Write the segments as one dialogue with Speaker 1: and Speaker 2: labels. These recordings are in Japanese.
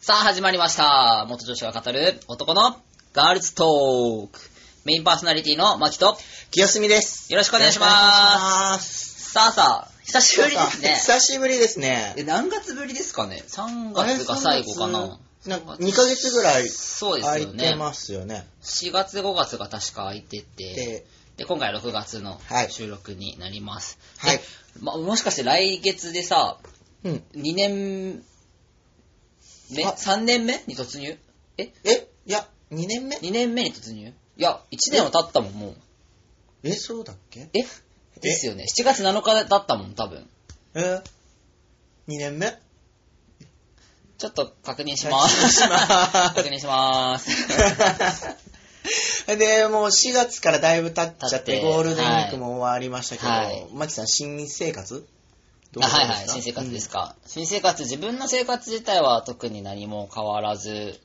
Speaker 1: さあ始まりました。元女子が語る男のガールズトーク。メインパーソナリティのマキと
Speaker 2: 清澄です。
Speaker 1: よろしくお願いします。
Speaker 2: す。
Speaker 1: さあさあ、久しぶりですね。
Speaker 2: 久しぶりですね。
Speaker 1: え何月ぶりですかね ?3
Speaker 2: あれ
Speaker 1: 月が最後かな。
Speaker 2: なんか2ヶ月ぐらい
Speaker 1: そうです
Speaker 2: 空い
Speaker 1: よね
Speaker 2: て。ますよね。
Speaker 1: 4月5月が確か空いてて、
Speaker 2: で、
Speaker 1: で、今回6月の
Speaker 2: はい
Speaker 1: 収録になります。
Speaker 2: はい
Speaker 1: で。ま、もしかして来月でさ、
Speaker 2: うん。
Speaker 1: 2年目
Speaker 2: あ
Speaker 1: ?3 年目に突入
Speaker 2: え、いや、2年目
Speaker 1: ?2 年目に突入いや、1年は経ったもん、もう。
Speaker 2: え、そうだっけ
Speaker 1: えですよね。7月7日だったもん、多分。
Speaker 2: え ?2 年目
Speaker 1: ちょっと確認します。
Speaker 2: 確認します
Speaker 1: 確認します。
Speaker 2: で、もう4月からだいぶ経っちゃって、
Speaker 1: 経って
Speaker 2: ゴールデンウィークも終わりましたけど、
Speaker 1: はい
Speaker 2: マキさん、新生活 どう
Speaker 1: あ
Speaker 2: ですか
Speaker 1: はいはい、新生活ですか。新生活、自分の生活自体は特に何も変わらず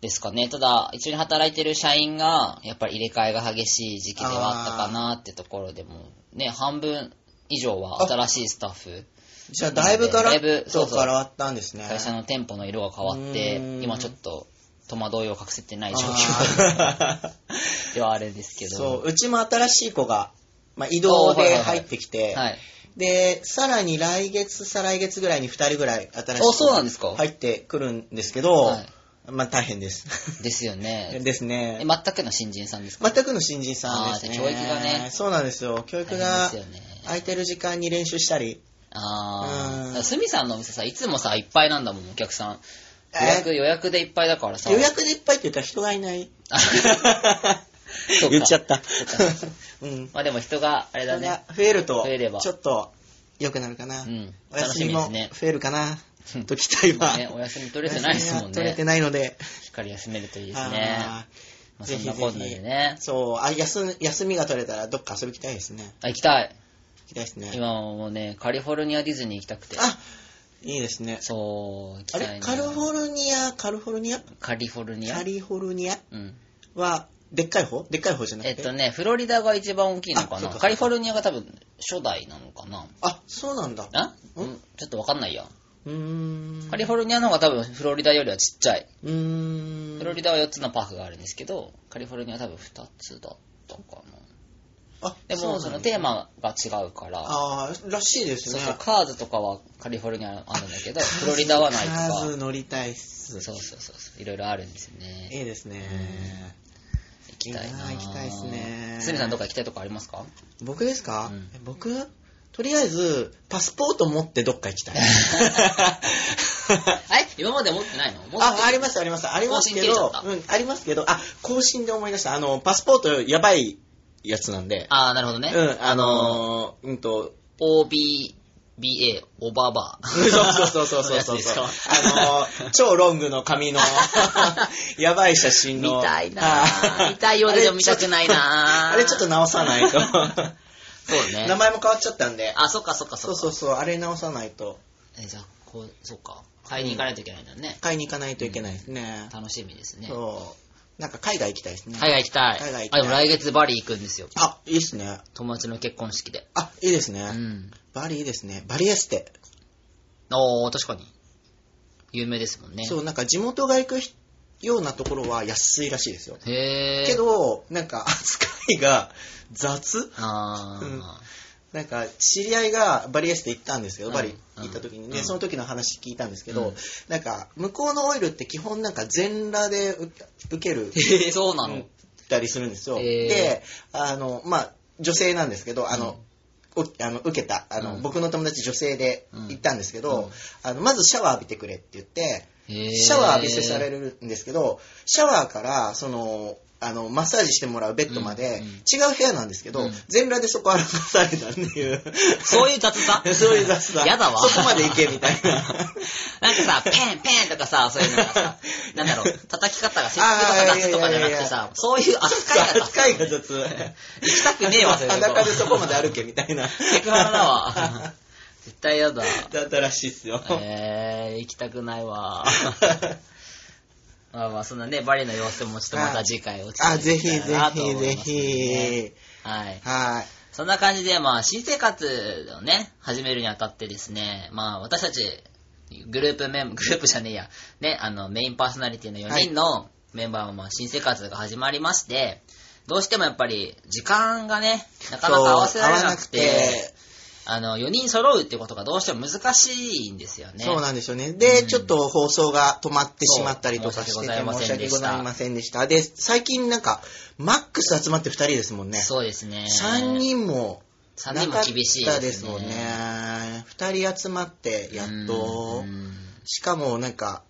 Speaker 1: ですかね。ただ、一緒に働いてる社員が、やっぱり入れ替えが激しい時期ではあったかなってところでも、ね、半分以上は新しいスタッフ、
Speaker 2: うんじゃあ、だいぶガラ
Speaker 1: だいぶ
Speaker 2: ッ
Speaker 1: そ
Speaker 2: と
Speaker 1: うそう
Speaker 2: 変わったんですね。
Speaker 1: 会社の店舗の色が変わって
Speaker 2: うー、ん
Speaker 1: 今ちょっと戸惑いを隠せてない状況
Speaker 2: あー
Speaker 1: ではあるんですけど。
Speaker 2: そう、うちも新しい子が、まあ、移動
Speaker 1: あーはい
Speaker 2: で
Speaker 1: はいはい
Speaker 2: 入ってきて、
Speaker 1: はい。
Speaker 2: で、さらに来月、再来月ぐらいに2人ぐらい新しい
Speaker 1: あそうなんですか
Speaker 2: 入ってくるんですけど、
Speaker 1: は
Speaker 2: まあ大変です。
Speaker 1: ですよね。
Speaker 2: です
Speaker 1: え
Speaker 2: ね。
Speaker 1: 全くの新人さんですか
Speaker 2: 全くの新人さんです
Speaker 1: あー
Speaker 2: ね。
Speaker 1: じゃあ教育がね
Speaker 2: そうなんですよ。教育が
Speaker 1: 大変ですよね
Speaker 2: 空いてる時間に練習したり。う
Speaker 1: あ
Speaker 2: ん
Speaker 1: あ。すみさんのお店さ、いつもさ、いっぱいなんだもん、お客さん。
Speaker 2: え
Speaker 1: 予約、予約でいっぱいだからさ。
Speaker 2: 予約でいっぱいって言ったら人がいない。
Speaker 1: あそうか
Speaker 2: 言っちゃった
Speaker 1: そっか。
Speaker 2: うん。
Speaker 1: まあでも人が、あれだ
Speaker 2: 人
Speaker 1: ね
Speaker 2: が。増えると
Speaker 1: 増えれば、
Speaker 2: ちょっと良くなるかな。
Speaker 1: うん。
Speaker 2: お
Speaker 1: 楽し
Speaker 2: 休み
Speaker 1: みで
Speaker 2: も
Speaker 1: すね。
Speaker 2: 増えるかな、と期待は。
Speaker 1: ねお休み取れてないですもんね。
Speaker 2: 取れてないので。
Speaker 1: しっかり休めるといいですね。
Speaker 2: あ
Speaker 1: まあ、そ
Speaker 2: ーぜ
Speaker 1: ん
Speaker 2: ひ
Speaker 1: な
Speaker 2: ぜ
Speaker 1: こんなでね
Speaker 2: ひ。。そう、あ休、休みが取れたらどっか遊び行きたいですね。
Speaker 1: あ、行きたい。
Speaker 2: 行きたいですね。
Speaker 1: 今はもうね、カリフォルニアディズニー行きたくて。
Speaker 2: あ、いいですね。
Speaker 1: そう、行き
Speaker 2: あ
Speaker 1: た
Speaker 2: れ
Speaker 1: い、な
Speaker 2: カリフォルニア、カリフォルニア
Speaker 1: カリフォルニア
Speaker 2: カリフォルニア
Speaker 1: うん。
Speaker 2: は、でっかい方でっかい方じゃなくて。
Speaker 1: えっとね、フロリダが一番大きいのか
Speaker 2: あ
Speaker 1: な。
Speaker 2: そうか
Speaker 1: カリフォルニアが多分初代なのかな。
Speaker 2: あ、そうなんだ。
Speaker 1: あ
Speaker 2: うん
Speaker 1: んちょっとわかんないや。
Speaker 2: うーん。
Speaker 1: カリフォルニアの方が多分フロリダよりはちっちゃい。
Speaker 2: うーん。
Speaker 1: フロリダは4つのパークがあるんですけど、カリフォルニアは多分2つだったか
Speaker 2: あ、
Speaker 1: な。でも、そのテー
Speaker 2: マ。
Speaker 1: マが違うから、
Speaker 2: あーらしいです
Speaker 1: そう
Speaker 2: ね。
Speaker 1: そう、カーズとかはカリフォルニアあるんだけど、フロリダはないとか、
Speaker 2: カー
Speaker 1: そう
Speaker 2: ズ乗りたいっ
Speaker 1: そう
Speaker 2: す。
Speaker 1: そうそう、いろいろあるんですよね。
Speaker 2: いいですね。
Speaker 1: 行きたいな。
Speaker 2: いいな行きたいっすね
Speaker 1: すみさんどっか行きたいとこありますか
Speaker 2: 僕ですか、
Speaker 1: うん
Speaker 2: え僕とりあえず、パスポート持ってどっか 行きたい。
Speaker 1: え今まで持ってないの持って
Speaker 2: あ、ありますあります。あります
Speaker 1: 更
Speaker 2: け
Speaker 1: 新切れちゃっ
Speaker 2: ど
Speaker 1: た、
Speaker 2: うん、ありますけど、あ、更新で思い出した。あの、パスポートやばいやつなんで、
Speaker 1: あー、なるほどね。
Speaker 2: うん、あのー、うんと、
Speaker 1: OBBA、オババア。
Speaker 2: そうそうそうそうそうそう。あのー、超ロングの 髪の、やばい写真の。
Speaker 1: 見たいなぁ
Speaker 2: あ
Speaker 1: 見たいようで
Speaker 2: あれ
Speaker 1: でも見たくないなぁ
Speaker 2: あれちょっと直さないと。
Speaker 1: そう
Speaker 2: 名前も変わっちゃったんで。
Speaker 1: あ、そっかそっかそっ
Speaker 2: そ
Speaker 1: か。
Speaker 2: うそうそう、あれ直さないと、
Speaker 1: えじゃあ、こう、そっか。買いに行かないといけないんだね。
Speaker 2: 買いに行かないといけないですね。
Speaker 1: 楽しみですね。
Speaker 2: そう。なんか海外行きたいですね。
Speaker 1: 海外行きたい。
Speaker 2: 海外行
Speaker 1: あ、
Speaker 2: きたい
Speaker 1: でも来月バリ行くんですよ。
Speaker 2: あ、いいですね。
Speaker 1: 友達の結婚式で。
Speaker 2: あ、いいです
Speaker 1: う
Speaker 2: ね。
Speaker 1: ん。
Speaker 2: バリいいですね。バリエステ。
Speaker 1: おー、確かに。有名ですもんね。
Speaker 2: そう、なんか地元が行くひようなところは安いらしいですよ。
Speaker 1: へー。
Speaker 2: け、ど、なんか扱いが雑
Speaker 1: あー。
Speaker 2: うんなんか知り合いがバリエステ行ったんですけど、
Speaker 1: うん
Speaker 2: バリ行った時にね、
Speaker 1: うん
Speaker 2: その時の話聞いたんですけ
Speaker 1: う
Speaker 2: ど、
Speaker 1: ん
Speaker 2: なんか向こうのオイルって基本なんか全裸で受受ける。
Speaker 1: へー、 そうなの。
Speaker 2: うんたりするんですよ。
Speaker 1: へー
Speaker 2: で、あの、まあ、女性なんですけど、あの、おあの受けたあの、
Speaker 1: うん
Speaker 2: 僕の友達女性で
Speaker 1: うん
Speaker 2: 行ったんですけ
Speaker 1: う
Speaker 2: ど、
Speaker 1: ん
Speaker 2: あのまずシャワー浴びてくれって言って、
Speaker 1: へー
Speaker 2: シャワー浴びせされるんですけど、シャワーから、その、あの、マッサージしてもらうベッドまで、
Speaker 1: うんうん
Speaker 2: 違う部屋なんですけ
Speaker 1: う
Speaker 2: ど、
Speaker 1: ん
Speaker 2: 全裸でそこ洗わされたっていう。
Speaker 1: そういう雑さ
Speaker 2: そういう雑さ。
Speaker 1: やだわ。
Speaker 2: そこまで行けみたいな。
Speaker 1: なんかさ、ペンペンとかさ、そういうのが さ、なんだろう、叩き方が節約とか出すとかじゃなくてさ、そういう扱いが雑。
Speaker 2: 扱いが雑。
Speaker 1: 行きたくねえわ、そういうとこ
Speaker 2: 裸でそこまで歩けみたいな。
Speaker 1: セクハラだわ。絶対やだ。
Speaker 2: だったらしいっすよ。
Speaker 1: えー、行きたくないわ。まあまあ、そんなね、バリの様子もちょっとまた次回お伝
Speaker 2: あ、
Speaker 1: えで
Speaker 2: ぜ
Speaker 1: き
Speaker 2: ひ
Speaker 1: た
Speaker 2: ぜ
Speaker 1: らなと思
Speaker 2: ひ
Speaker 1: い
Speaker 2: ぜ
Speaker 1: ますのでね
Speaker 2: ひ。
Speaker 1: はい。
Speaker 2: はい。
Speaker 1: そんな感じで、まあ、新生活をね、始めるにあたってですね、まあ、私たち、っていう、グループメン、 グループじゃねえや、ね、あの、メインパーソナリティの4人のメンバーもまあ新生活が始まりまして、どうしてもやっぱり、時間がね、なかなか合わせられなく
Speaker 2: そう合わな
Speaker 1: て、あの、4人揃うってことがどうしても難しいんですよね。
Speaker 2: そうなんですよね。で、
Speaker 1: うん
Speaker 2: ちょっと放送が止まってしまったりとかし
Speaker 1: そう
Speaker 2: てて申
Speaker 1: 申
Speaker 2: し
Speaker 1: し
Speaker 2: 訳
Speaker 1: 訳
Speaker 2: ご
Speaker 1: ご
Speaker 2: ざ
Speaker 1: ざ
Speaker 2: い
Speaker 1: い
Speaker 2: ま
Speaker 1: ま
Speaker 2: せんでした。で、最近なんか、マックス集まって2人ですもんね。
Speaker 1: そうですね。
Speaker 2: 3人も
Speaker 1: 三
Speaker 2: な
Speaker 1: 人
Speaker 2: か
Speaker 1: も
Speaker 2: っ
Speaker 1: 厳しい
Speaker 2: たですもんね。2人集まって、やっと
Speaker 1: うん。うん
Speaker 2: しかもなんか、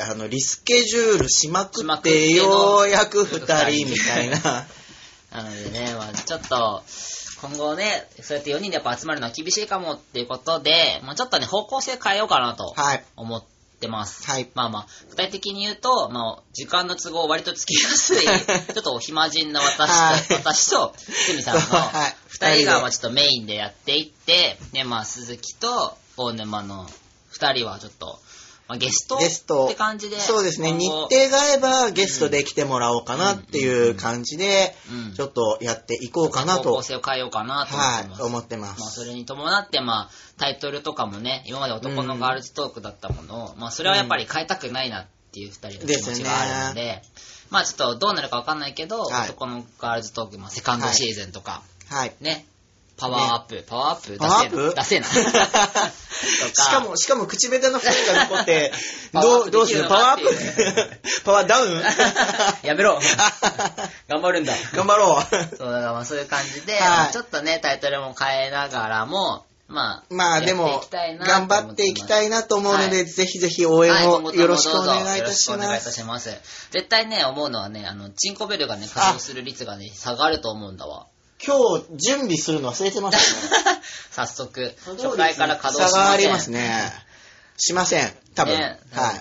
Speaker 2: あの、リスケジュールしまく
Speaker 1: し
Speaker 2: っ、
Speaker 1: まくってての
Speaker 2: ようやく2人みたいな。
Speaker 1: なのでね、まあ、ちょっと、今後ね、そうやって4人でやっぱ集まるのは厳しいかもっていうことで、まあ、ちょっとね、方向性変えようかなと
Speaker 2: はい。
Speaker 1: 思ってます。
Speaker 2: はい。
Speaker 1: まあまあ、具体的に言うと、まあ、時間の都合割とつきや すい、ちょっとお暇人な私と、
Speaker 2: はい
Speaker 1: 私と、すみさんの
Speaker 2: そうはい、
Speaker 1: 二人
Speaker 2: 二人で
Speaker 1: がまあちょっとメインでやっていって、ね、まあ、鈴木と大沼の二人はちょっと、まあ、ゲスト
Speaker 2: ゲスト
Speaker 1: って感じで、
Speaker 2: そうですね。日
Speaker 1: 今後
Speaker 2: 程、が合えばゲストで来てもらおうかなっていう感じで、
Speaker 1: うん
Speaker 2: ちょっとやっていこうかな
Speaker 1: 方
Speaker 2: と
Speaker 1: 向、性を変えようかなと思ってます。
Speaker 2: はい、思ってま
Speaker 1: まあ、
Speaker 2: す。
Speaker 1: それに伴って、まあ、タイトルとかもね、今まで男のガールズトークだったものを、まあ、それはやっぱり変えたくないなっていう二人の気持ちがあるので、まあ、ちょっとどうなるかわかんないけど、
Speaker 2: はい
Speaker 1: 男のガールズトーク、まあ、セカンドシーズンとか、
Speaker 2: はい。
Speaker 1: ね、パワーアップ、パワーアップ、
Speaker 2: パワーアップ
Speaker 1: 出せえ な。出せえな。と
Speaker 2: しかも、しかも口下手の2人が残って、
Speaker 1: パワーアッ
Speaker 2: どう、
Speaker 1: プ
Speaker 2: どうする
Speaker 1: できるの
Speaker 2: パ
Speaker 1: か
Speaker 2: ワー
Speaker 1: っ
Speaker 2: ア
Speaker 1: て
Speaker 2: ッ
Speaker 1: いう
Speaker 2: プ パワ ーダウン
Speaker 1: やめ ろ。頑張るんだ。
Speaker 2: 頑張ろう。
Speaker 1: そう、だからまあそういう感じで、
Speaker 2: はい
Speaker 1: まあちょっとね、タイトルも変えながらも、まあ、
Speaker 2: まあで
Speaker 1: やっ
Speaker 2: も
Speaker 1: ていきたい、なと思って
Speaker 2: 頑
Speaker 1: ます
Speaker 2: 張っていきたいなと思うので、ぜひぜひ応援
Speaker 1: はい今後
Speaker 2: を
Speaker 1: とも
Speaker 2: よ
Speaker 1: ど
Speaker 2: ろ
Speaker 1: う
Speaker 2: し
Speaker 1: ぞ
Speaker 2: くお願いいたし
Speaker 1: よろくお願
Speaker 2: ま
Speaker 1: いいた
Speaker 2: す。
Speaker 1: します。絶対ね、思うのはね、あの、チンコベルがね、稼働する率がね、下がると思うんだ わ。
Speaker 2: 今日、準備するの忘れてましたね。
Speaker 1: 早速、初回から稼働しません
Speaker 2: 差があります。ね。しません。多分。
Speaker 1: ね
Speaker 2: は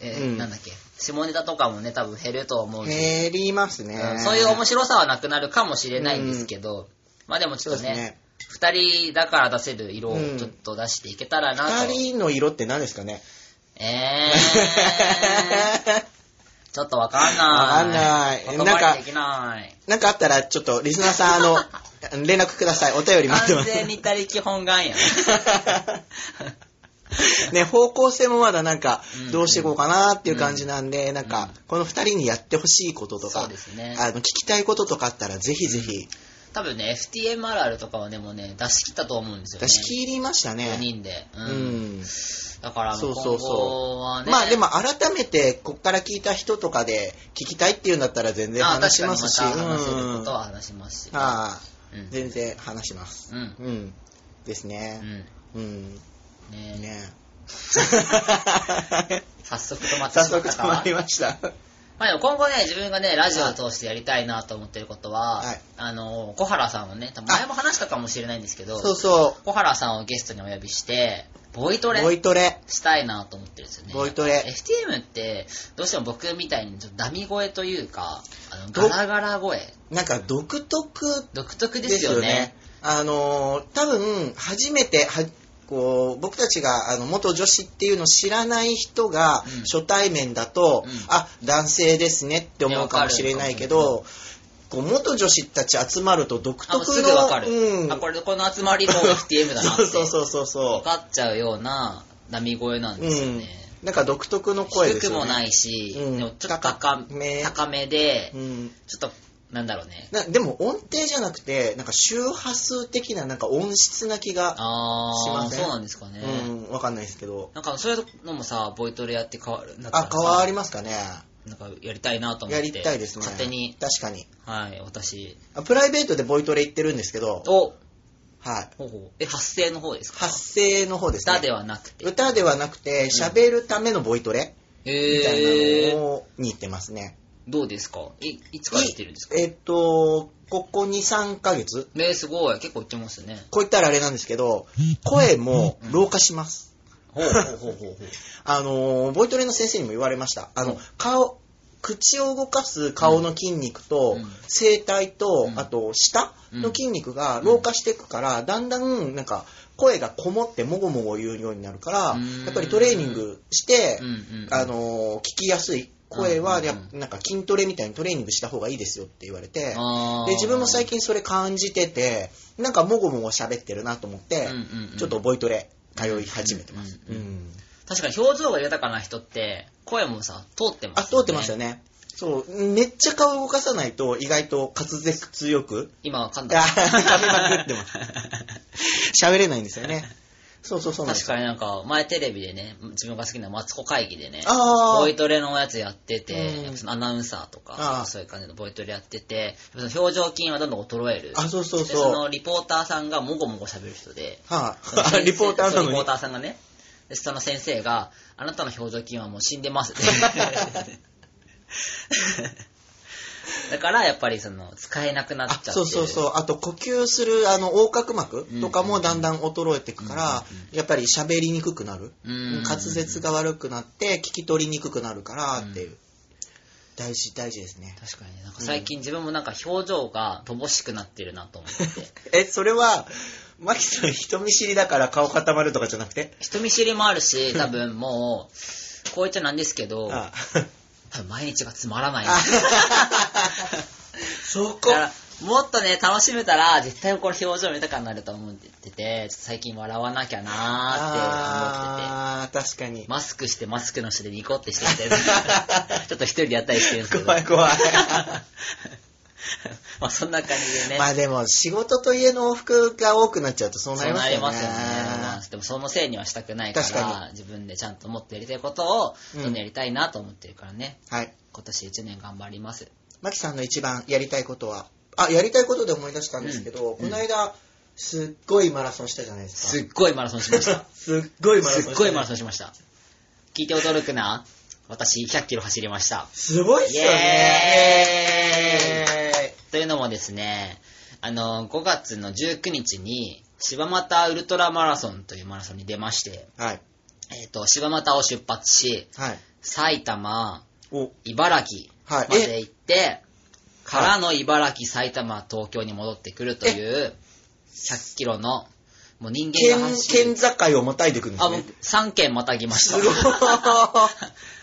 Speaker 1: え
Speaker 2: うん
Speaker 1: なんだっけ。下ネタとかもね、多分減ると思う
Speaker 2: い。
Speaker 1: し、
Speaker 2: 減ります
Speaker 1: う
Speaker 2: ね
Speaker 1: ん。そういう面白さはなくなるかもしれないんですけど、まあでもち
Speaker 2: そう
Speaker 1: ょっ
Speaker 2: で
Speaker 1: と
Speaker 2: す
Speaker 1: ね、
Speaker 2: ね。
Speaker 1: 二、人だから出せる色を
Speaker 2: うん
Speaker 1: ちょっと出していけたらなと。
Speaker 2: 二人の色って何ですかね
Speaker 1: え ー。
Speaker 2: な
Speaker 1: ちょっとわかん
Speaker 2: わかん
Speaker 1: な
Speaker 2: ない
Speaker 1: い。言葉にできない。
Speaker 2: んかあったら、ちょっと、リスナーさん、あ の、連絡ください。お便り待ってま
Speaker 1: 完
Speaker 2: す。
Speaker 1: 全に他力本願やん。
Speaker 2: ね、方向性もまだなんか
Speaker 1: う、ん
Speaker 2: どうしていこうかなっていう感じなんで、なんか、この二人にやってほしいことと
Speaker 1: そ
Speaker 2: か、
Speaker 1: うですね。
Speaker 2: あの、聞きたいこととかあったら、ぜひぜひ、
Speaker 1: 多分ね、FTM あるあるとかはね、もうね、出し切ったと思うんですよね。
Speaker 2: 出し切りました
Speaker 1: 4
Speaker 2: ね。
Speaker 1: 人で。う。
Speaker 2: うんん。
Speaker 1: だから、
Speaker 2: そ
Speaker 1: 今
Speaker 2: うそうそう
Speaker 1: 後はね。
Speaker 2: まあでも改めて、こっから聞いた人とかで聞きたいっていうんだったら全然
Speaker 1: あ、
Speaker 2: 話しますし、
Speaker 1: 確かにまた話せる
Speaker 2: う
Speaker 1: こ
Speaker 2: ん
Speaker 1: とは話しますし。
Speaker 2: ああ
Speaker 1: うん。
Speaker 2: 全然話します。
Speaker 1: うん。
Speaker 2: うん。です
Speaker 1: う
Speaker 2: ね。
Speaker 1: ん。
Speaker 2: うん。
Speaker 1: ね
Speaker 2: ね
Speaker 1: 早速止 まって
Speaker 2: 早
Speaker 1: しまっ
Speaker 2: 速
Speaker 1: た
Speaker 2: 止
Speaker 1: か
Speaker 2: ま
Speaker 1: ら
Speaker 2: り。ました。
Speaker 1: まあでも今後ね、自分がね、ラジオを通してやりたいなと思ってることは、
Speaker 2: はい
Speaker 1: あの、小原さんをね、多分前も話したかもしれないんですけど、
Speaker 2: そうそ
Speaker 1: 小原さんをゲストにお呼びして、ボイト
Speaker 2: う。ボ
Speaker 1: レ
Speaker 2: イトレ。
Speaker 1: したいなと思ってるんですよね。
Speaker 2: ボイトレ。
Speaker 1: FTM って、どうしても僕みたいにちょっとダミ声というか、あの
Speaker 2: ど
Speaker 1: ガラガラ声、
Speaker 2: なんか独特
Speaker 1: 独特で
Speaker 2: です
Speaker 1: す
Speaker 2: よ
Speaker 1: よ
Speaker 2: ね
Speaker 1: ね。。
Speaker 2: あのー、多分、初めて、はこう僕たちがあの元女子っていうのを知らない人が
Speaker 1: うん
Speaker 2: 初対面だと、
Speaker 1: うん
Speaker 2: あ男性ですねって思うかもしれないけど、こう元女子たち集まると独
Speaker 1: あ、も
Speaker 2: 特
Speaker 1: う
Speaker 2: の
Speaker 1: すぐわかる、
Speaker 2: うん、
Speaker 1: あ、これ、この集ま りも FTM だなって。
Speaker 2: そうそうそうそう
Speaker 1: 分かっちゃうようなダミ声なんですよね。
Speaker 2: うん、なんか独特の声で
Speaker 1: 低
Speaker 2: す
Speaker 1: く
Speaker 2: よね
Speaker 1: もないし、
Speaker 2: うん
Speaker 1: でもちょっと高め高
Speaker 2: 高
Speaker 1: めで、
Speaker 2: うん、
Speaker 1: ちょっと、なんだろうね。
Speaker 2: なでも音程じゃなくてなんか周波数的ななんか音質な気が、
Speaker 1: あ
Speaker 2: しま
Speaker 1: ー、
Speaker 2: せん
Speaker 1: そうなんですかね。
Speaker 2: うん、わかんないですけど
Speaker 1: なんかそういうのもさ、ボイトレやって変わる。なんか
Speaker 2: あ変わりますかね
Speaker 1: なんかやりたいなと思っ
Speaker 2: や
Speaker 1: て。
Speaker 2: りたいですね
Speaker 1: 勝手に、
Speaker 2: 確かに
Speaker 1: はい、私。
Speaker 2: あプライベートでボイトレ行ってるんですけど、
Speaker 1: お、
Speaker 2: はい、
Speaker 1: ほうほう。え、発声の方ですか
Speaker 2: 発声の方ですね
Speaker 1: 歌ではなくて。
Speaker 2: 歌ではなくて喋るためのボイトレみたい
Speaker 1: え
Speaker 2: な
Speaker 1: ー、
Speaker 2: のをに行ってますね、
Speaker 1: どうですかい、いつからやってるんですか
Speaker 2: いえっとここ23ヶ月
Speaker 1: ねすごい。結構いってますね。
Speaker 2: こう言ったらあれなんですけど声も老化します、
Speaker 1: ほうほうほうほうほう。
Speaker 2: あのーボイトレの先生にも言われましたあの、顔口を動かす顔の筋肉と、
Speaker 1: うん
Speaker 2: 声帯と、
Speaker 1: うん
Speaker 2: あと舌の筋肉が老化していくから、だんだんなんか声がこもってもごもご言うようになるから、
Speaker 1: うん
Speaker 2: やっぱりトレーニングして
Speaker 1: うん、うんうん。
Speaker 2: あのー聞きやすい声は、
Speaker 1: うんうんうん
Speaker 2: やなんか筋トレみたいにトレーニングした方がいいですよって言われて、
Speaker 1: あー、
Speaker 2: で自分も最近それ感じててなんかもごもご喋ってるなと思って、
Speaker 1: うんうんうん
Speaker 2: ちょっとボイトレ通い始めてます、
Speaker 1: うんうんう
Speaker 2: うん
Speaker 1: 確かに表情が豊かな人って、声もさ、通ってます、
Speaker 2: あ、通ってましたよ。ね。そう、めっちゃ顔動かさないと意外と滑舌よく
Speaker 1: 今は噛ん
Speaker 2: あ
Speaker 1: だ。
Speaker 2: 噛みまくっ てます喋れないんですよね。そうそうそうなんで
Speaker 1: 確
Speaker 2: すよ。
Speaker 1: かになんか、前テレビでね、自分が好きなマツコ会議でね、
Speaker 2: あ
Speaker 1: ボ
Speaker 2: あ
Speaker 1: イ、トレのやつやってて、
Speaker 2: うん
Speaker 1: やっぱそのアナウンサーと
Speaker 2: あ
Speaker 1: か
Speaker 2: あ、
Speaker 1: そういう感じのボイトレやってて、やっぱその表情筋はどんどん衰える。
Speaker 2: あ、そうそう
Speaker 1: でそ
Speaker 2: そう。
Speaker 1: のリポーターさんがもごもご喋る人で、
Speaker 2: は
Speaker 1: その先
Speaker 2: あ、
Speaker 1: 生
Speaker 2: リポーターな
Speaker 1: そう
Speaker 2: の
Speaker 1: リポー
Speaker 2: に。
Speaker 1: ターさんがね、でその先生が、あなたの表情筋はもう死んで ますって。だからやっぱりその使えなくなっ
Speaker 2: あ
Speaker 1: ちゃってる
Speaker 2: そうそうそう。あと、呼吸する、あの、横隔膜とか
Speaker 1: う
Speaker 2: も
Speaker 1: ん
Speaker 2: だんだん衰えていくから
Speaker 1: うんうん、
Speaker 2: やっぱり喋りにくくなる。
Speaker 1: うんうんうん
Speaker 2: 滑舌が悪くなって、聞き取りにくくなるからっていう。大事、大事ですね。
Speaker 1: 確かにねなんか最近自分もなんか表情が乏しくなってるなと思って。
Speaker 2: え、それは、マキさん人見知りだから顔固まるとかじゃなくて
Speaker 1: 人見知りもあるし、多分もう、こう言っちゃなんですけど、
Speaker 2: あ
Speaker 1: 多分毎日がつまらない。
Speaker 2: あ
Speaker 1: だ
Speaker 2: そこ
Speaker 1: か。ら、もっとね、楽しめたら、絶対この表情豊かになると思ってて、ちょっと最近笑わなきゃなーって思ってて。
Speaker 2: あー確かに。
Speaker 1: マスクしてマスクの下でニコってしてみたいな。ちょっと一人でやったりしてるんですけど。
Speaker 2: 怖い怖い。
Speaker 1: まあそんな感じで ね。
Speaker 2: まあでも、仕事と家の往復が多くなっちゃうとそうな
Speaker 1: そ
Speaker 2: り
Speaker 1: う
Speaker 2: ま
Speaker 1: な
Speaker 2: す
Speaker 1: り
Speaker 2: よ
Speaker 1: ま
Speaker 2: ね。
Speaker 1: すよね。まあでもそのせいにはしたくないか、
Speaker 2: 確から
Speaker 1: 自分でちゃんともっとやりたいことを、
Speaker 2: うん
Speaker 1: どんどんやりたいなと思ってるからね。
Speaker 2: はい。
Speaker 1: 今年1年頑張ります。
Speaker 2: マキさんの一番やりたいことはあ、やりたいことで思い出したんですけど、
Speaker 1: うん
Speaker 2: この間、すっごいマラソンしたじゃないですか。
Speaker 1: すっごいマラソンしました。
Speaker 2: すっごいマラソ ン
Speaker 1: すっごいマラ
Speaker 2: ン。
Speaker 1: ソンしました。聞いて驚くな。私100キロ走りました。
Speaker 2: すごいっすよね。イエ
Speaker 1: というのもですね、あの、5月の19日に、柴又ウルトラマラソンというマラソンに出まして、
Speaker 2: ーイはい。
Speaker 1: えっ、と、柴又を出発し、
Speaker 2: はい。
Speaker 1: 埼玉、
Speaker 2: お、
Speaker 1: 茨城
Speaker 2: は
Speaker 1: ま
Speaker 2: い。え、
Speaker 1: で行って、からの茨城、埼玉、東京に戻ってくるという、100キロの、もう人間が
Speaker 2: 県、
Speaker 1: 走る。
Speaker 2: 県境をまたいでいくんで
Speaker 1: あ、
Speaker 2: す
Speaker 1: もう
Speaker 2: ね。
Speaker 1: 3県またぎました。
Speaker 2: すごい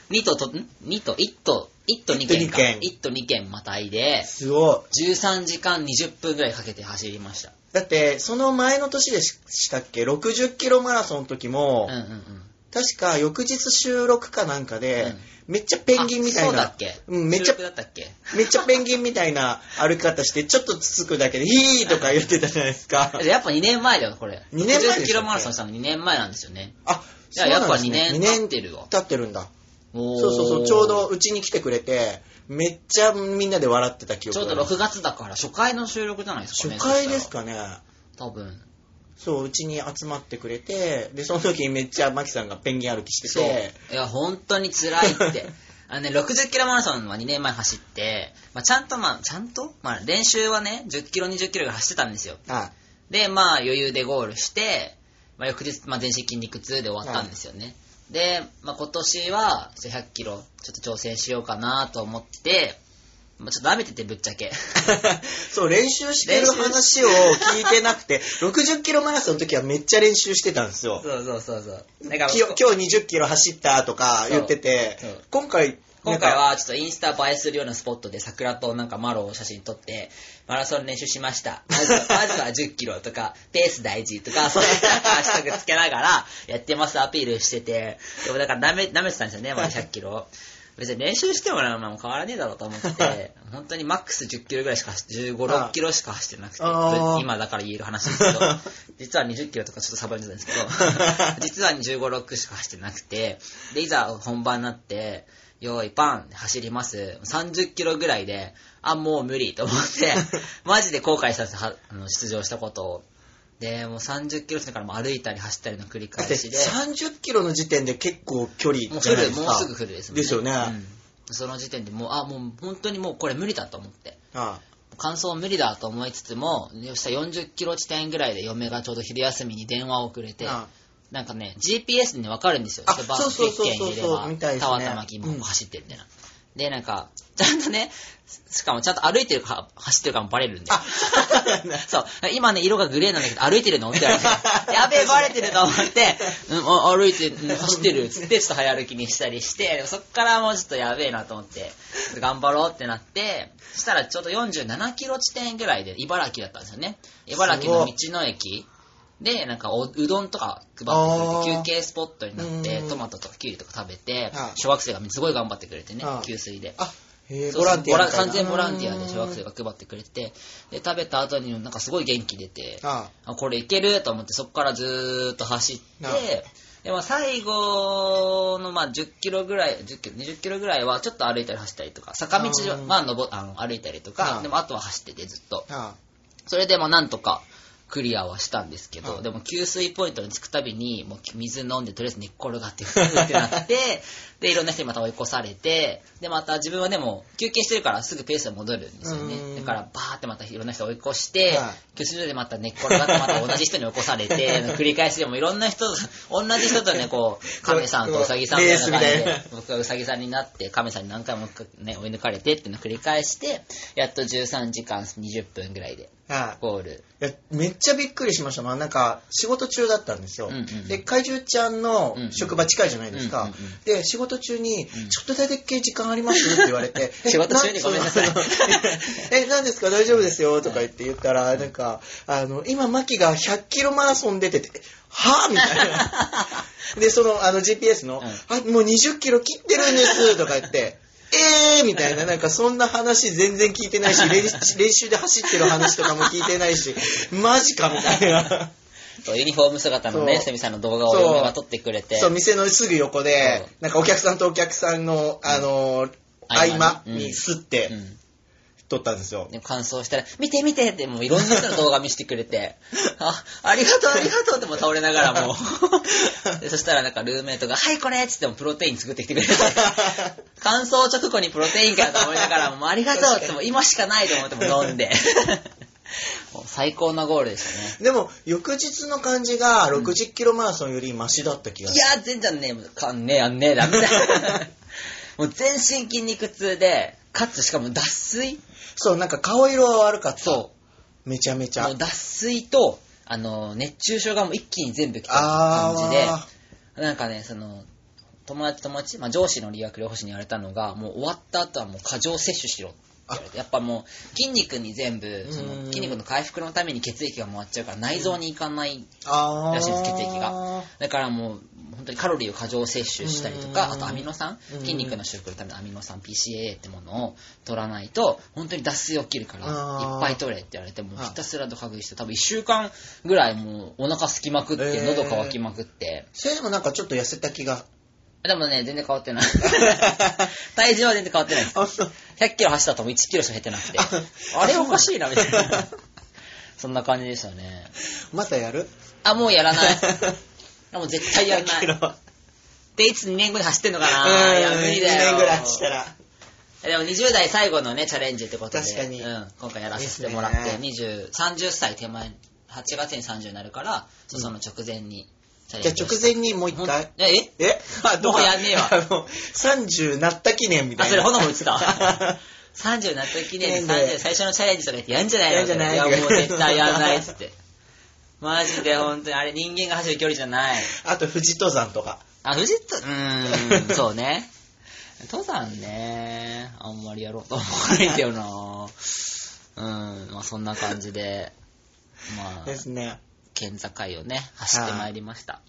Speaker 1: 2都と、ん2都、1都、1都2県か。
Speaker 2: 一都二県
Speaker 1: 1都2県またいで、
Speaker 2: すごい。
Speaker 1: 13時間20分ぐらいかけて走りました。
Speaker 2: だって、その前の年でししたっけ、60キロマラソンの時も
Speaker 1: うん、うんうん。
Speaker 2: 確か翌日収録かなんかで、めっちゃペンギンみたい
Speaker 1: あそうだっ
Speaker 2: な、
Speaker 1: け
Speaker 2: うんめっちゃ
Speaker 1: 収録だったっけ
Speaker 2: めっちゃペンギンみたいな歩き方して、ちょっとつつくだけで、ヒーとか言ってたじゃないですか。
Speaker 1: やっぱ2年前だよ、これ。
Speaker 2: 二年前でしたっけ
Speaker 1: 60キロマラソンしたの2年前なんですよね。
Speaker 2: あ、
Speaker 1: いや、
Speaker 2: そう
Speaker 1: や
Speaker 2: な
Speaker 1: っ
Speaker 2: ん
Speaker 1: ぱ
Speaker 2: です
Speaker 1: 2
Speaker 2: ね
Speaker 1: 年経ってるわ。
Speaker 2: 経ってるんだ。
Speaker 1: そ
Speaker 2: そうそうそう、ちょうど。うちに来てくれて、めっちゃみんなで笑ってた
Speaker 1: ち
Speaker 2: 記憶
Speaker 1: ょう
Speaker 2: が
Speaker 1: ど6月だから、初回の収録じゃないですかね。
Speaker 2: 初回です
Speaker 1: か
Speaker 2: かね。
Speaker 1: 多分。
Speaker 2: そう、うちに集まってくれて、で、その時めっちゃマキさんがペンギン歩きして
Speaker 1: そう。
Speaker 2: て、
Speaker 1: いや、本当に辛い って。あのね、60キロマラソンは2年前走って、まあ、ちゃんとまあ、ちゃんとまあ、練習はね、10キロ、20キロが走ってたんですよ。
Speaker 2: あ、
Speaker 1: で、まあ余裕でゴールして、まあ翌日、まあ全身筋肉痛で終わったんですよね。で、まあ今年はちょっと100キロちょっと挑戦しようかなと思って、まあちょっと舐めててぶっちゃけ。
Speaker 2: そう、練習してる話を聞いてなくて、60キロマラソンの時はめっちゃ練習してたんですよ。
Speaker 1: そうそうそうそう。だから
Speaker 2: 今日今日20キロ走ったとか言ってて
Speaker 1: そうそう、
Speaker 2: 今回、
Speaker 1: 今回はちょっとインスタ映えするようなスポットで桜となんかマロを写真撮って、マラソン練習しました。ま ずはまずは10キロとか、ペース大事とか、そういうなんかハッシュタグつけながらやってますアピールしてて、でもだから舐め舐めてたんですよね、まだ100キロを。別に練習してもらうのも変わらねえだろうと思って、本当にマックス10キロぐらいしか走、15、6キロしか走ってなくて、
Speaker 2: あー
Speaker 1: 今だから言える話ですけど、実は20キロとかちょっとサボれてたんですけど、 実は15、6しか走ってなくて、で、いざ本番になって、よーい、パン、走ります。30キロぐらいで、あ、もう無理と思 って、マジで後悔したんですよはあの、出場したことを。で、もう30キロしてからもう歩いたり走ったりの繰り
Speaker 2: だ
Speaker 1: 返
Speaker 2: って
Speaker 1: しで、
Speaker 2: 30キロの時点で結構距離
Speaker 1: もう
Speaker 2: じゃ
Speaker 1: フ
Speaker 2: な
Speaker 1: ル、
Speaker 2: いですか。
Speaker 1: もうすぐフルですもんね。
Speaker 2: ですよね
Speaker 1: うんその時点でもう、あ、もう本当にもうこれ無理だと思って。
Speaker 2: あ
Speaker 1: 感想無理だと思いつつも、よっしゃ40キロ地点ぐらいで嫁がちょうど昼休みに電話をくれて、
Speaker 2: あ
Speaker 1: なんかね、GPS に分かるんですよ。
Speaker 2: あ
Speaker 1: バー
Speaker 2: そうそうそうそう
Speaker 1: 一軒入れれば
Speaker 2: みたいです
Speaker 1: た
Speaker 2: ね
Speaker 1: わたまきも走ってるみたいな。で、なんか、ちゃんとね、しかもちゃんと歩いてるか、走ってるかもバレるんで。 そう。今ね、色がグレーなんだけど、歩いてるのみたい な。やべえ、バレてると思って、うん、あ歩いて、うん走ってるっつって、ちょっと早歩きにしたりして、そっからもうちょっとやべえなと思って、頑張ろうってなって、そしたらちょうど47キロ地点ぐらいで、茨城だったんですよね。茨城の道の駅で、なんかお、うどんとか配ってくれ
Speaker 2: あー
Speaker 1: て、休憩スポットになっ
Speaker 2: う
Speaker 1: て
Speaker 2: ん、
Speaker 1: トマトとかキュウリとか食べて
Speaker 2: はい、
Speaker 1: 小学生がすごい頑張ってくれてね
Speaker 2: は、い
Speaker 1: 給水で。
Speaker 2: あ、へえ
Speaker 1: そう
Speaker 2: ボランティアみたいな
Speaker 1: 完全ボランティアで小学生が配ってくれてて、で、食べた後になんかすごい元気出て、
Speaker 2: あ
Speaker 1: あこれいけると思って、そこからずーっと走っ
Speaker 2: な
Speaker 1: て、でも最後のまあ10キロぐらい、10キロ、20キロぐらいはちょっと歩いたり走ったりとか、坂道
Speaker 2: う
Speaker 1: は
Speaker 2: ん
Speaker 1: まあ登あの歩いたりと
Speaker 2: う
Speaker 1: か
Speaker 2: ん、
Speaker 1: でもあとは走っててずっと。
Speaker 2: あ
Speaker 1: それでもなんとかクリアはしたんですけ
Speaker 2: う
Speaker 1: ど、
Speaker 2: ん
Speaker 1: でも給水ポイントに着くたびに、もう水飲んでとりあえず寝っ転がって、 ふーってなって、で、いろんな人にまた追い越されて、で、また自分はでも休憩してるからすぐペースに戻るんですよ
Speaker 2: うん
Speaker 1: ね。だからバーってまたいろんな人追い越して
Speaker 2: は、
Speaker 1: 給水所でまた寝っ転がってまた同じ人に追い越され て、繰り返しでもいろんな人と、同じ人とね、こう、亀さんとウサギさんみたいな感じ
Speaker 2: レースみたい
Speaker 1: で
Speaker 2: な、
Speaker 1: 僕がウサギさんになって、亀さんに何回もね、追い抜かれてっていうのを繰り返して、やっと13時間20分ぐらいで
Speaker 2: あ
Speaker 1: ゴール。
Speaker 2: いやめっちゃびっくりしました、まあ、なんか仕事中だったんですよ、
Speaker 1: うんうんうん
Speaker 2: で怪獣ちゃんの
Speaker 1: うんうん
Speaker 2: 職場近いじゃないですか、
Speaker 1: うんうんうん
Speaker 2: で仕事中に、
Speaker 1: ん
Speaker 2: ちょっとだけ時間ありますって言われて
Speaker 1: 仕事中にごめんなさい
Speaker 2: えそう え何ですか大丈夫ですよとか言って言ったら、なんかあの今マキが100キロマラソン出ててはぁみたい なでそのあの GPS の、
Speaker 1: うん
Speaker 2: あもう20キロ切ってるんですとか言ってえーみたいな、なんかそんな話全然聞いてないし、練習練習で走ってる話とかも聞いてないし、マジかみたいな。
Speaker 1: そうユニフォーム姿のね、
Speaker 2: そう
Speaker 1: セミさんの動画を嫁が撮ってくれて。
Speaker 2: そう、店のすぐ横で
Speaker 1: そう、
Speaker 2: なんかお客さんとお客さんの、あのー合
Speaker 1: 合
Speaker 2: 間
Speaker 1: 間
Speaker 2: に
Speaker 1: に
Speaker 2: 吸って
Speaker 1: うん
Speaker 2: 撮ったんです よ。
Speaker 1: でも感想したら、見て見てって、もういろんな人の動画見せてくれ て、あ、ありがとうありがとうってもう倒れながらも うでそしたらなんかルーメイトが、はいこれっつってもプロテイン作ってきてく れて、感想直後にプロテインかと思いながらも、もうありがとうってもう今しかないと思ってもう飲 んで。もう最高なゴールでしたね。
Speaker 2: でも、翌日の感じが60キロマラソンよりマシだった気が
Speaker 1: い
Speaker 2: する。
Speaker 1: やー、全然ね、もうかんねえ、やんねえ、ダメだ。 もう全身筋肉痛で、かつしかも脱水
Speaker 2: そう、なんか顔色は悪かった。
Speaker 1: そう。
Speaker 2: めちゃめちゃ
Speaker 1: もう。脱水と、あの、熱中症がもう一気に全部来た感じで、
Speaker 2: あ
Speaker 1: なんかね、その、友達友達、まあ、上司の理学療法士に言われたのが、もう終わった後はもう過剰摂取しろって言われて、やっぱもう筋肉に全部、そ
Speaker 2: うん
Speaker 1: の筋肉の回復のために血液が回っちゃうから内臓に行かない
Speaker 2: ーあー。
Speaker 1: らしいです血液がだからもう本当にカロリーを過剰摂取したりと
Speaker 2: うん
Speaker 1: かあとアミノ酸
Speaker 2: うん
Speaker 1: 筋肉の修復のためのアミノ酸 PCAA ってものを取らないと本当に脱水起きるから
Speaker 2: あー
Speaker 1: いっぱい取れって言われてもうひたすらと食いして多分1週間ぐらいもうお腹すきまくっ
Speaker 2: へ
Speaker 1: て
Speaker 2: ー
Speaker 1: 喉乾きまくって
Speaker 2: それでもなんかちょっと痩せた気が。
Speaker 1: でもね全然変わってない 体重は全然変わってないです
Speaker 2: あそう
Speaker 1: 100キロ走ったとも1キロしか減ってなくてあれおかしいなみたいな そんな感じでしたね
Speaker 2: またやる
Speaker 1: あもうやらない あもう絶対やらない
Speaker 2: 100キロ
Speaker 1: で、いつ2年後に走ってんのかな
Speaker 2: うん
Speaker 1: いや、無理だよ。
Speaker 2: 2年ぐらいしたら。
Speaker 1: でも20代最後のね、チャレンジってことで。
Speaker 2: 確かに
Speaker 1: うん、今回やらせてもらって、
Speaker 2: いいですね
Speaker 1: 20、30歳手前、8月に30になるから、そう
Speaker 2: うん
Speaker 1: その直前にチャ
Speaker 2: じ
Speaker 1: レ
Speaker 2: ゃ
Speaker 1: ン
Speaker 2: あ
Speaker 1: ジを
Speaker 2: 直
Speaker 1: して。
Speaker 2: 前にもう一回。
Speaker 1: ほんえ
Speaker 2: えあ
Speaker 1: もうやんねえわ
Speaker 2: あの、30なった記念みたいな。
Speaker 1: あそれほのぼの言ってた 30になった記念で
Speaker 2: ねえ
Speaker 1: 30最初のチャレンジとか言ってやんじゃないの
Speaker 2: やんじゃない
Speaker 1: いや、もう絶対やんないっつって。マジで本当に、あれ人間が走る距離じゃない。
Speaker 2: あと富士登山とか。
Speaker 1: あ、富士と、うーん、 そうね。登山ね、あんまりやろうと思わないんだよなうん、まあそんな感じで、まあ
Speaker 2: で、すね。
Speaker 1: 県境をね、走ってまいりました。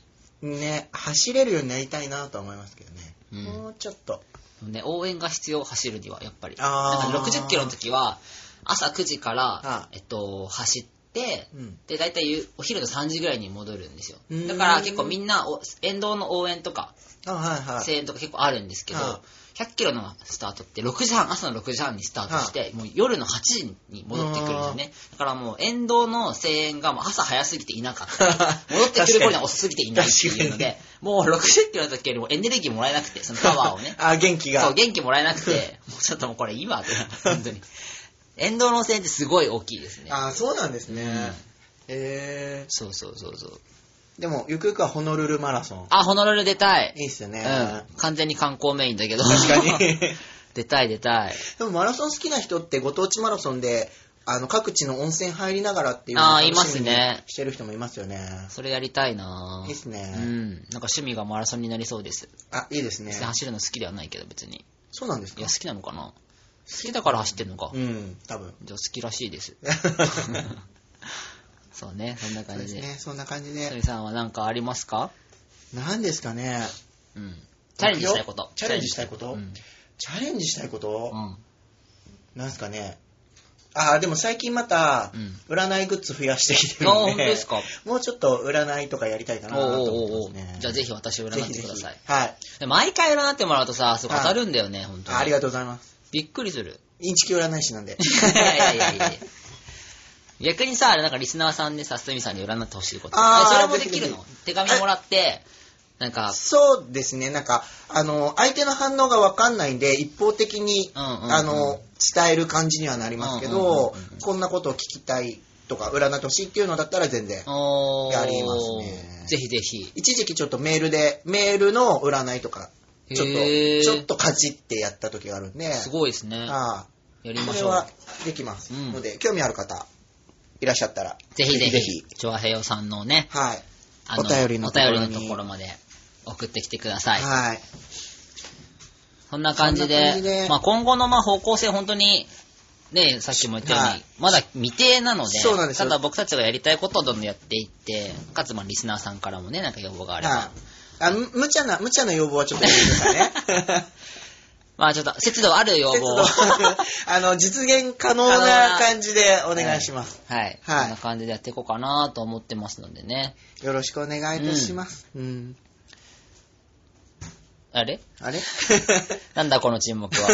Speaker 2: ね、走れるようになりたいなとは思いますけどね。
Speaker 1: うん
Speaker 2: もうちょっと。
Speaker 1: ね、応援が必要、走るには、やっぱり。
Speaker 2: あー
Speaker 1: なんか60キロの時は、朝9時から
Speaker 2: あ、
Speaker 1: えっと、走って、
Speaker 2: うん。
Speaker 1: で、大体ゆお昼の3時ぐらいに戻るんですよ
Speaker 2: うーん。
Speaker 1: だから結構みんなお、沿道の応援とか、
Speaker 2: あ、はいはい。
Speaker 1: 声援とか結構あるんですけど、
Speaker 2: は。
Speaker 1: 100キロのスタートって6時半、朝の6時半にスタートして、もう夜の8時に戻ってくるんですよね。だからもう沿道の声援がもう朝早すぎていなかった。戻ってくる頃には遅すぎていないっていうので、もう60キロの時よりもエネルギーもらえなくて、そのパワーをね
Speaker 2: あ、元気が。
Speaker 1: そう、元気もらえなくて、もうちょっともうこれ今って、 本当に。沿道の声援ってすごい大きいですね。
Speaker 2: あ、そうなんですね。
Speaker 1: うん
Speaker 2: え
Speaker 1: そうそうそうそう。
Speaker 2: ー、でも、ゆくゆくはホノルルマラソン。
Speaker 1: あ、ホノルル出たい。
Speaker 2: いいっすよ
Speaker 1: う
Speaker 2: ね。
Speaker 1: ん。完全に観光メインだけど。
Speaker 2: 確かに。。 で
Speaker 1: 出たい出たい。
Speaker 2: も、マラソン好きな人って、ご当地マラソンで、あの、各地の温泉入りながらっていうのを
Speaker 1: あー
Speaker 2: 楽しみに
Speaker 1: いますね
Speaker 2: してる人もいますよね。
Speaker 1: それやりたいない
Speaker 2: いっすね
Speaker 1: うん。なんか趣味がマラソンになりそうです。
Speaker 2: あ、いいですね
Speaker 1: 別。に走るの好きではないけど、別に。
Speaker 2: そうなんです
Speaker 1: い
Speaker 2: か
Speaker 1: や、好きなのかな好きだから走ってんのか。
Speaker 2: うん、多分。
Speaker 1: じゃあ好きらしいです。そうね、そんな
Speaker 2: そう
Speaker 1: 感
Speaker 2: で
Speaker 1: じ
Speaker 2: す
Speaker 1: で。
Speaker 2: ね。そんな感じ
Speaker 1: すみ
Speaker 2: で。
Speaker 1: さんは何かありますか
Speaker 2: 何ですかね。
Speaker 1: うん。チャレンジしたいこと。
Speaker 2: チャレンジしたいこと
Speaker 1: うん。
Speaker 2: チャレンジしたいこと
Speaker 1: うん。
Speaker 2: なんすかね。ああ、でも最近また
Speaker 1: う、ん。
Speaker 2: 占いグッズ増やしてきて
Speaker 1: あ
Speaker 2: る
Speaker 1: あ、
Speaker 2: ん
Speaker 1: 本当
Speaker 2: で、
Speaker 1: ですか
Speaker 2: もうちょっと占いとかやりたいか
Speaker 1: お
Speaker 2: な
Speaker 1: うお
Speaker 2: と
Speaker 1: うお
Speaker 2: 思
Speaker 1: うお
Speaker 2: っ
Speaker 1: う
Speaker 2: てますね。
Speaker 1: じゃあぜひ私を占ってください。
Speaker 2: はい。
Speaker 1: で毎回占ってもらうとさ、そう
Speaker 2: はい
Speaker 1: 当たるんだよね、本当に。
Speaker 2: ありがとうございます。
Speaker 1: びっくりする。
Speaker 2: インチキ占い師なんで。
Speaker 1: いやいやいやいや逆にさ、あれなんかリスナーさんでさ、すみさんに占ってほしいこと。
Speaker 2: あー
Speaker 1: えそれもできるの
Speaker 2: ぜ
Speaker 1: 手紙もらって、なんか、
Speaker 2: そうですね、なんか、あの、相手の反応がわかんないんで、一方的に、
Speaker 1: うんうんうん
Speaker 2: あの、伝える感じにはなりますけど
Speaker 1: うんうんうんうん、
Speaker 2: こんなことを聞きたいとか、占ってほしいっていうのだったら全然。
Speaker 1: おー
Speaker 2: やりますね
Speaker 1: ぜひぜひ。
Speaker 2: 一時期ちょっとメールで、メールの占いとか、ちょっと、
Speaker 1: へー
Speaker 2: ちょっとかじってやった時があるんで、
Speaker 1: すごいですね。
Speaker 2: ああ
Speaker 1: やりま
Speaker 2: こ
Speaker 1: し
Speaker 2: れ
Speaker 1: ょう
Speaker 2: は。できます。
Speaker 1: うん
Speaker 2: ので、興味ある方、いらっしゃったら、
Speaker 1: ぜひぜ
Speaker 2: ぜひ
Speaker 1: ひ、チョアヘヨさんのね、
Speaker 2: はい。
Speaker 1: あの
Speaker 2: お便りの
Speaker 1: お
Speaker 2: ところ
Speaker 1: 便
Speaker 2: に
Speaker 1: りのところまで送ってきてください。
Speaker 2: はい。
Speaker 1: そんな感じ
Speaker 2: そんな
Speaker 1: で、
Speaker 2: 感じで
Speaker 1: まあ、今後のまあ方向性、本当に、ね、さっきも言ったように、
Speaker 2: はい
Speaker 1: まだ未定なので
Speaker 2: そうなんです
Speaker 1: た
Speaker 2: よ
Speaker 1: だ僕たちがやりたいことをどんどんやっていって、かつまあリスナーさんからもね、なんか要望があれば、
Speaker 2: はいあ、む無茶な、無茶な要望はちょっとやめてください ね。
Speaker 1: まあちょっと、節度ある要望を。
Speaker 2: 節度 あの、実現可能な感じでお願いします。
Speaker 1: はい。
Speaker 2: はい
Speaker 1: こんな感じでやっていこうかなと思ってますのでね。
Speaker 2: よろしくお願いいたします。うん。
Speaker 1: あれ
Speaker 2: あ れ
Speaker 1: なんだこの沈 黙は。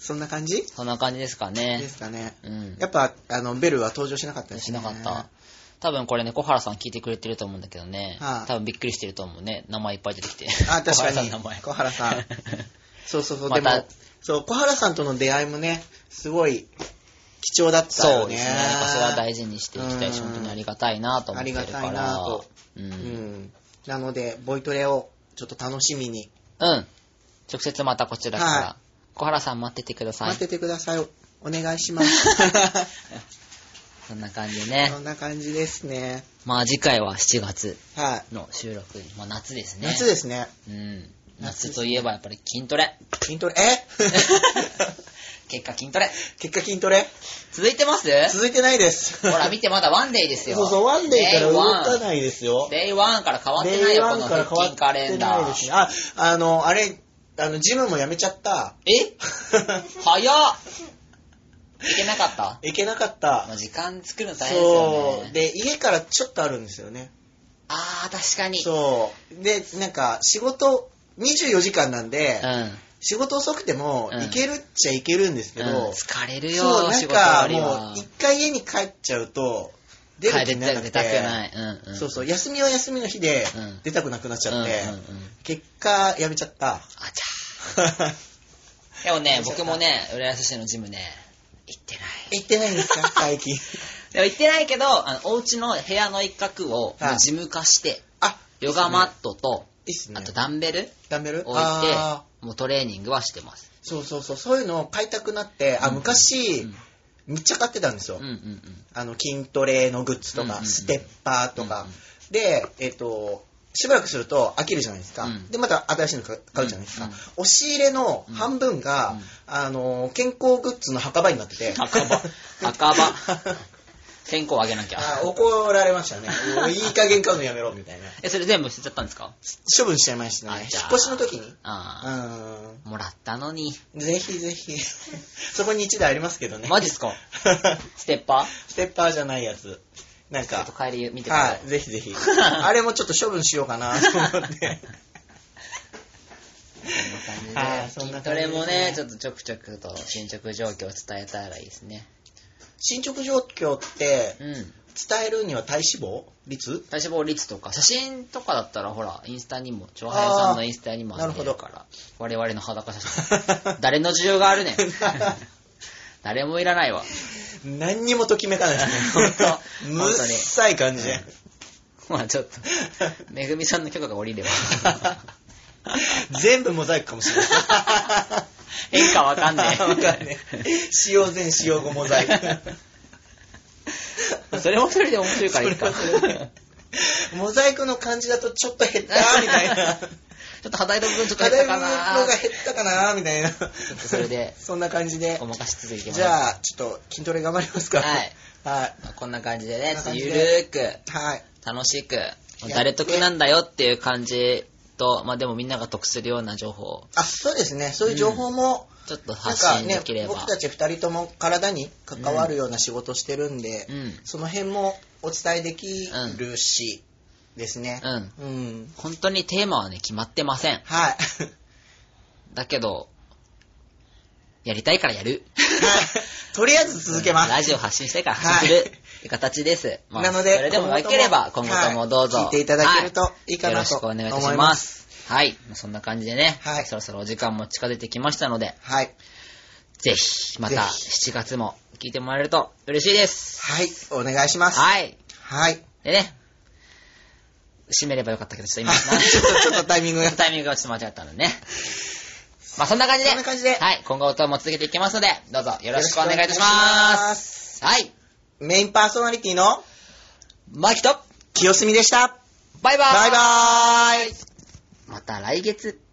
Speaker 2: そんな感じ
Speaker 1: そんな感じですか
Speaker 2: で
Speaker 1: ね。
Speaker 2: すかね。
Speaker 1: うん。
Speaker 2: やっぱ、あの、ベルは登場しなかったです
Speaker 1: し
Speaker 2: ね。
Speaker 1: なかった。。多分これね、小原さん聞いてくれてると思うんだけどね。
Speaker 2: はい
Speaker 1: 多分びっくりしてると思うね。名前いっぱい出てきて。
Speaker 2: あ確
Speaker 1: 小
Speaker 2: かに
Speaker 1: 原さんの名前。
Speaker 2: 小 原さんそうそうそう、
Speaker 1: ま
Speaker 2: で
Speaker 1: た
Speaker 2: も、そう、小原さんとの出会いもね、すごい貴重だった
Speaker 1: そ
Speaker 2: よね。
Speaker 1: うですね。なんかそれは大事にしていきたいし、
Speaker 2: うん
Speaker 1: 本当にありがたいなと思ってるから。
Speaker 2: ありがたいなと
Speaker 1: う。
Speaker 2: うんん。なので、ボイトレをちょっと楽しみに
Speaker 1: うん。直接またこちらから。
Speaker 2: は
Speaker 1: 小原さん待っててください
Speaker 2: 待っ。ててください。お願い します。
Speaker 1: そんな感じでね
Speaker 2: そ。んな感じですね。
Speaker 1: まあ次回は7月
Speaker 2: はい。
Speaker 1: の収録。まあ夏ですね。
Speaker 2: 夏ですね。
Speaker 1: うん。夏といえばやっぱり筋トレ。
Speaker 2: 筋トレ、え
Speaker 1: 結果筋トレ。
Speaker 2: 結果筋トレ
Speaker 1: 続いてます
Speaker 2: 続いてないです。
Speaker 1: ほら見てまだワンデイですよ。
Speaker 2: そうそう、ワンデーから動か
Speaker 1: い。
Speaker 2: ないですよ。
Speaker 1: デイワンから変わってないよ、この腹筋カレンダ
Speaker 2: ないで
Speaker 1: ー。
Speaker 2: すね。あ、あの、あれ、あの、ジムもやめちゃった。
Speaker 1: え早っいけなかった
Speaker 2: 行けなかった
Speaker 1: まあ。時間作るの大変ですよ
Speaker 2: そう。
Speaker 1: ね。
Speaker 2: で、家からちょっとあるんですよね。
Speaker 1: あー、確かに。う。
Speaker 2: そう。で、なんか、仕事、24時間なんで、仕事遅くても、
Speaker 1: うん
Speaker 2: 行けるっちゃ行けるんですけ
Speaker 1: ん。
Speaker 2: ど、
Speaker 1: うん、疲れるよ、
Speaker 2: そう、な
Speaker 1: 仕
Speaker 2: ん
Speaker 1: 事よ
Speaker 2: か、
Speaker 1: り
Speaker 2: も
Speaker 1: は
Speaker 2: う、。一回家に帰っちゃうと、出る気にならなく
Speaker 1: 出
Speaker 2: て。
Speaker 1: たくない。うん、うん。
Speaker 2: そうそうう、休みは休みの日で
Speaker 1: うん、
Speaker 2: 出たくなくなっち
Speaker 1: ん、
Speaker 2: ゃって、
Speaker 1: うんうんうん。
Speaker 2: 結果、やめちゃった。
Speaker 1: あちゃでもね、僕もね、浦安市のジムね、行ってない。
Speaker 2: 行ってないんで すか、最近。
Speaker 1: でも行ってないけど、あのお家の部屋の一角を
Speaker 2: はい
Speaker 1: ジム化して、
Speaker 2: あ、
Speaker 1: ヨガマットと、
Speaker 2: いいっすね
Speaker 1: あ。とダンベル
Speaker 2: ダンベル
Speaker 1: 置いて
Speaker 2: あ、
Speaker 1: もうトレーニングはしてます。
Speaker 2: ーそうそうそう、そういうのを買いたくなって、あ、
Speaker 1: うんう
Speaker 2: 昔
Speaker 1: ん、
Speaker 2: むっちゃ買ってたんですよ
Speaker 1: うんう。んうん。
Speaker 2: あの、筋トレのグッズと
Speaker 1: うんうんう
Speaker 2: か、
Speaker 1: ん
Speaker 2: ステッパーと
Speaker 1: う
Speaker 2: か
Speaker 1: んうん。
Speaker 2: で、えっと、しばらくすると飽きるじゃないですか。
Speaker 1: うん
Speaker 2: で、また新しいの買買うじゃないですか。
Speaker 1: うんうん
Speaker 2: 押し入れの半分が、
Speaker 1: うん
Speaker 2: あの、健康グッズの墓場になってて。
Speaker 1: 墓場墓場線香あげなきゃ。
Speaker 2: あ怒られましたね。もういい加減買うのやめろ、みたいな。
Speaker 1: え、それ全部捨てちゃったんですか
Speaker 2: 処分しちゃいました
Speaker 1: あ
Speaker 2: ね。引
Speaker 1: じゃあ
Speaker 2: っ越しの時に。
Speaker 1: あ
Speaker 2: う
Speaker 1: あ。もらったのに。
Speaker 2: ん。ぜひぜひ。 そこに1台ありますけどね。
Speaker 1: マジっすかステッパー
Speaker 2: ステッパーじゃないやつ。なん
Speaker 1: ちょっ
Speaker 2: か
Speaker 1: と、帰り見てくださ。
Speaker 2: はいい、ぜひ ぜひ。あれもちょっと処分しようかなと思って。
Speaker 1: そんな感じで筋ト
Speaker 2: はいそんな感じで
Speaker 1: レ
Speaker 2: すね
Speaker 1: もね、ちょっとちょくちょくと進捗状況を伝えたらいいですね。
Speaker 2: 進捗状況って、
Speaker 1: うん。
Speaker 2: 伝えるには体脂肪率
Speaker 1: 体脂肪率とか、写真とかだったら、ほら、インスタにも、長平さんのインスタにも
Speaker 2: あー
Speaker 1: あげてるから、我々の裸写真。誰の需要がある ねん。誰もいらないわ。
Speaker 2: 何にもときめかないです
Speaker 1: 本
Speaker 2: ね。
Speaker 1: 当
Speaker 2: むっさい感じ。
Speaker 1: まあちょっと、めぐみさんの許可が下りれば。
Speaker 2: 全部モザイクかもしれない。
Speaker 1: 変化わかんねえ。
Speaker 2: わかんねえ。使用前、使用後モザイク。
Speaker 1: それもそれで面白いからいいか。
Speaker 2: それはそれでモザイクの感じだとちょっと減ったみたいな。
Speaker 1: ょっと肌色部分ちょっと減
Speaker 2: 課
Speaker 1: った
Speaker 2: 題
Speaker 1: か
Speaker 2: 分
Speaker 1: な
Speaker 2: のが減ったかなみたいな。
Speaker 1: それで
Speaker 2: そんな感じで
Speaker 1: ご。まかしつついきます。
Speaker 2: じゃあ、ちょっと筋トレ頑張りますか。
Speaker 1: はい。
Speaker 2: はい。
Speaker 1: こんな感じでね、ちょっとゆるーく、
Speaker 2: はい。
Speaker 1: 楽しく
Speaker 2: っ、て
Speaker 1: 誰得なんだよっていう感じと、まあでもみんなが得するような情報を、
Speaker 2: あ、そうですね。そういう情報も、
Speaker 1: ちょっと
Speaker 2: なん
Speaker 1: 発
Speaker 2: か
Speaker 1: 信で
Speaker 2: ね
Speaker 1: きれ、ば。
Speaker 2: 僕たち二人とも体に関わるような仕事してるんで、
Speaker 1: うん。
Speaker 2: その辺もお伝えできるし、ですね。
Speaker 1: うん。
Speaker 2: うん。
Speaker 1: 本当にテーマはね、決まってません。
Speaker 2: はい。
Speaker 1: だけど、やりたいからやる。
Speaker 2: とりあえず続けます。
Speaker 1: ラジオ発信したいから発信す
Speaker 2: はい
Speaker 1: る。って形です。まあ
Speaker 2: なので、
Speaker 1: それでも
Speaker 2: 今後
Speaker 1: よ
Speaker 2: と
Speaker 1: ければ、今後ともどうぞ。
Speaker 2: はい聞いていただけるといいか
Speaker 1: よ
Speaker 2: な
Speaker 1: ろ
Speaker 2: と
Speaker 1: しくお
Speaker 2: 思い
Speaker 1: 願いい
Speaker 2: ます。
Speaker 1: たします。はい。そんな感じでね、
Speaker 2: はい
Speaker 1: そろそろお時間も近づいてきましたので、
Speaker 2: はい。
Speaker 1: ぜひ、また
Speaker 2: ぜ
Speaker 1: 7月も聞いてもらえると嬉しいです。
Speaker 2: はい。お願いします。
Speaker 1: はい。
Speaker 2: はい。
Speaker 1: でね、締めればよかったけど、ちょっ と今、
Speaker 2: ちょっとちょっとタイミングが
Speaker 1: ちょっとタイミングがちょっと間違ったので ね。まあそんな感じで、
Speaker 2: そんな感じで
Speaker 1: はい、今後とも続けていきますので、どうぞよろしくお願いいたし
Speaker 2: よろしくお願いし
Speaker 1: ま。
Speaker 2: ます
Speaker 1: はい、
Speaker 2: メインパーソナリティの
Speaker 1: マキと、
Speaker 2: 清澄でした。
Speaker 1: バイバーイ
Speaker 2: バイバーイ
Speaker 1: また来月。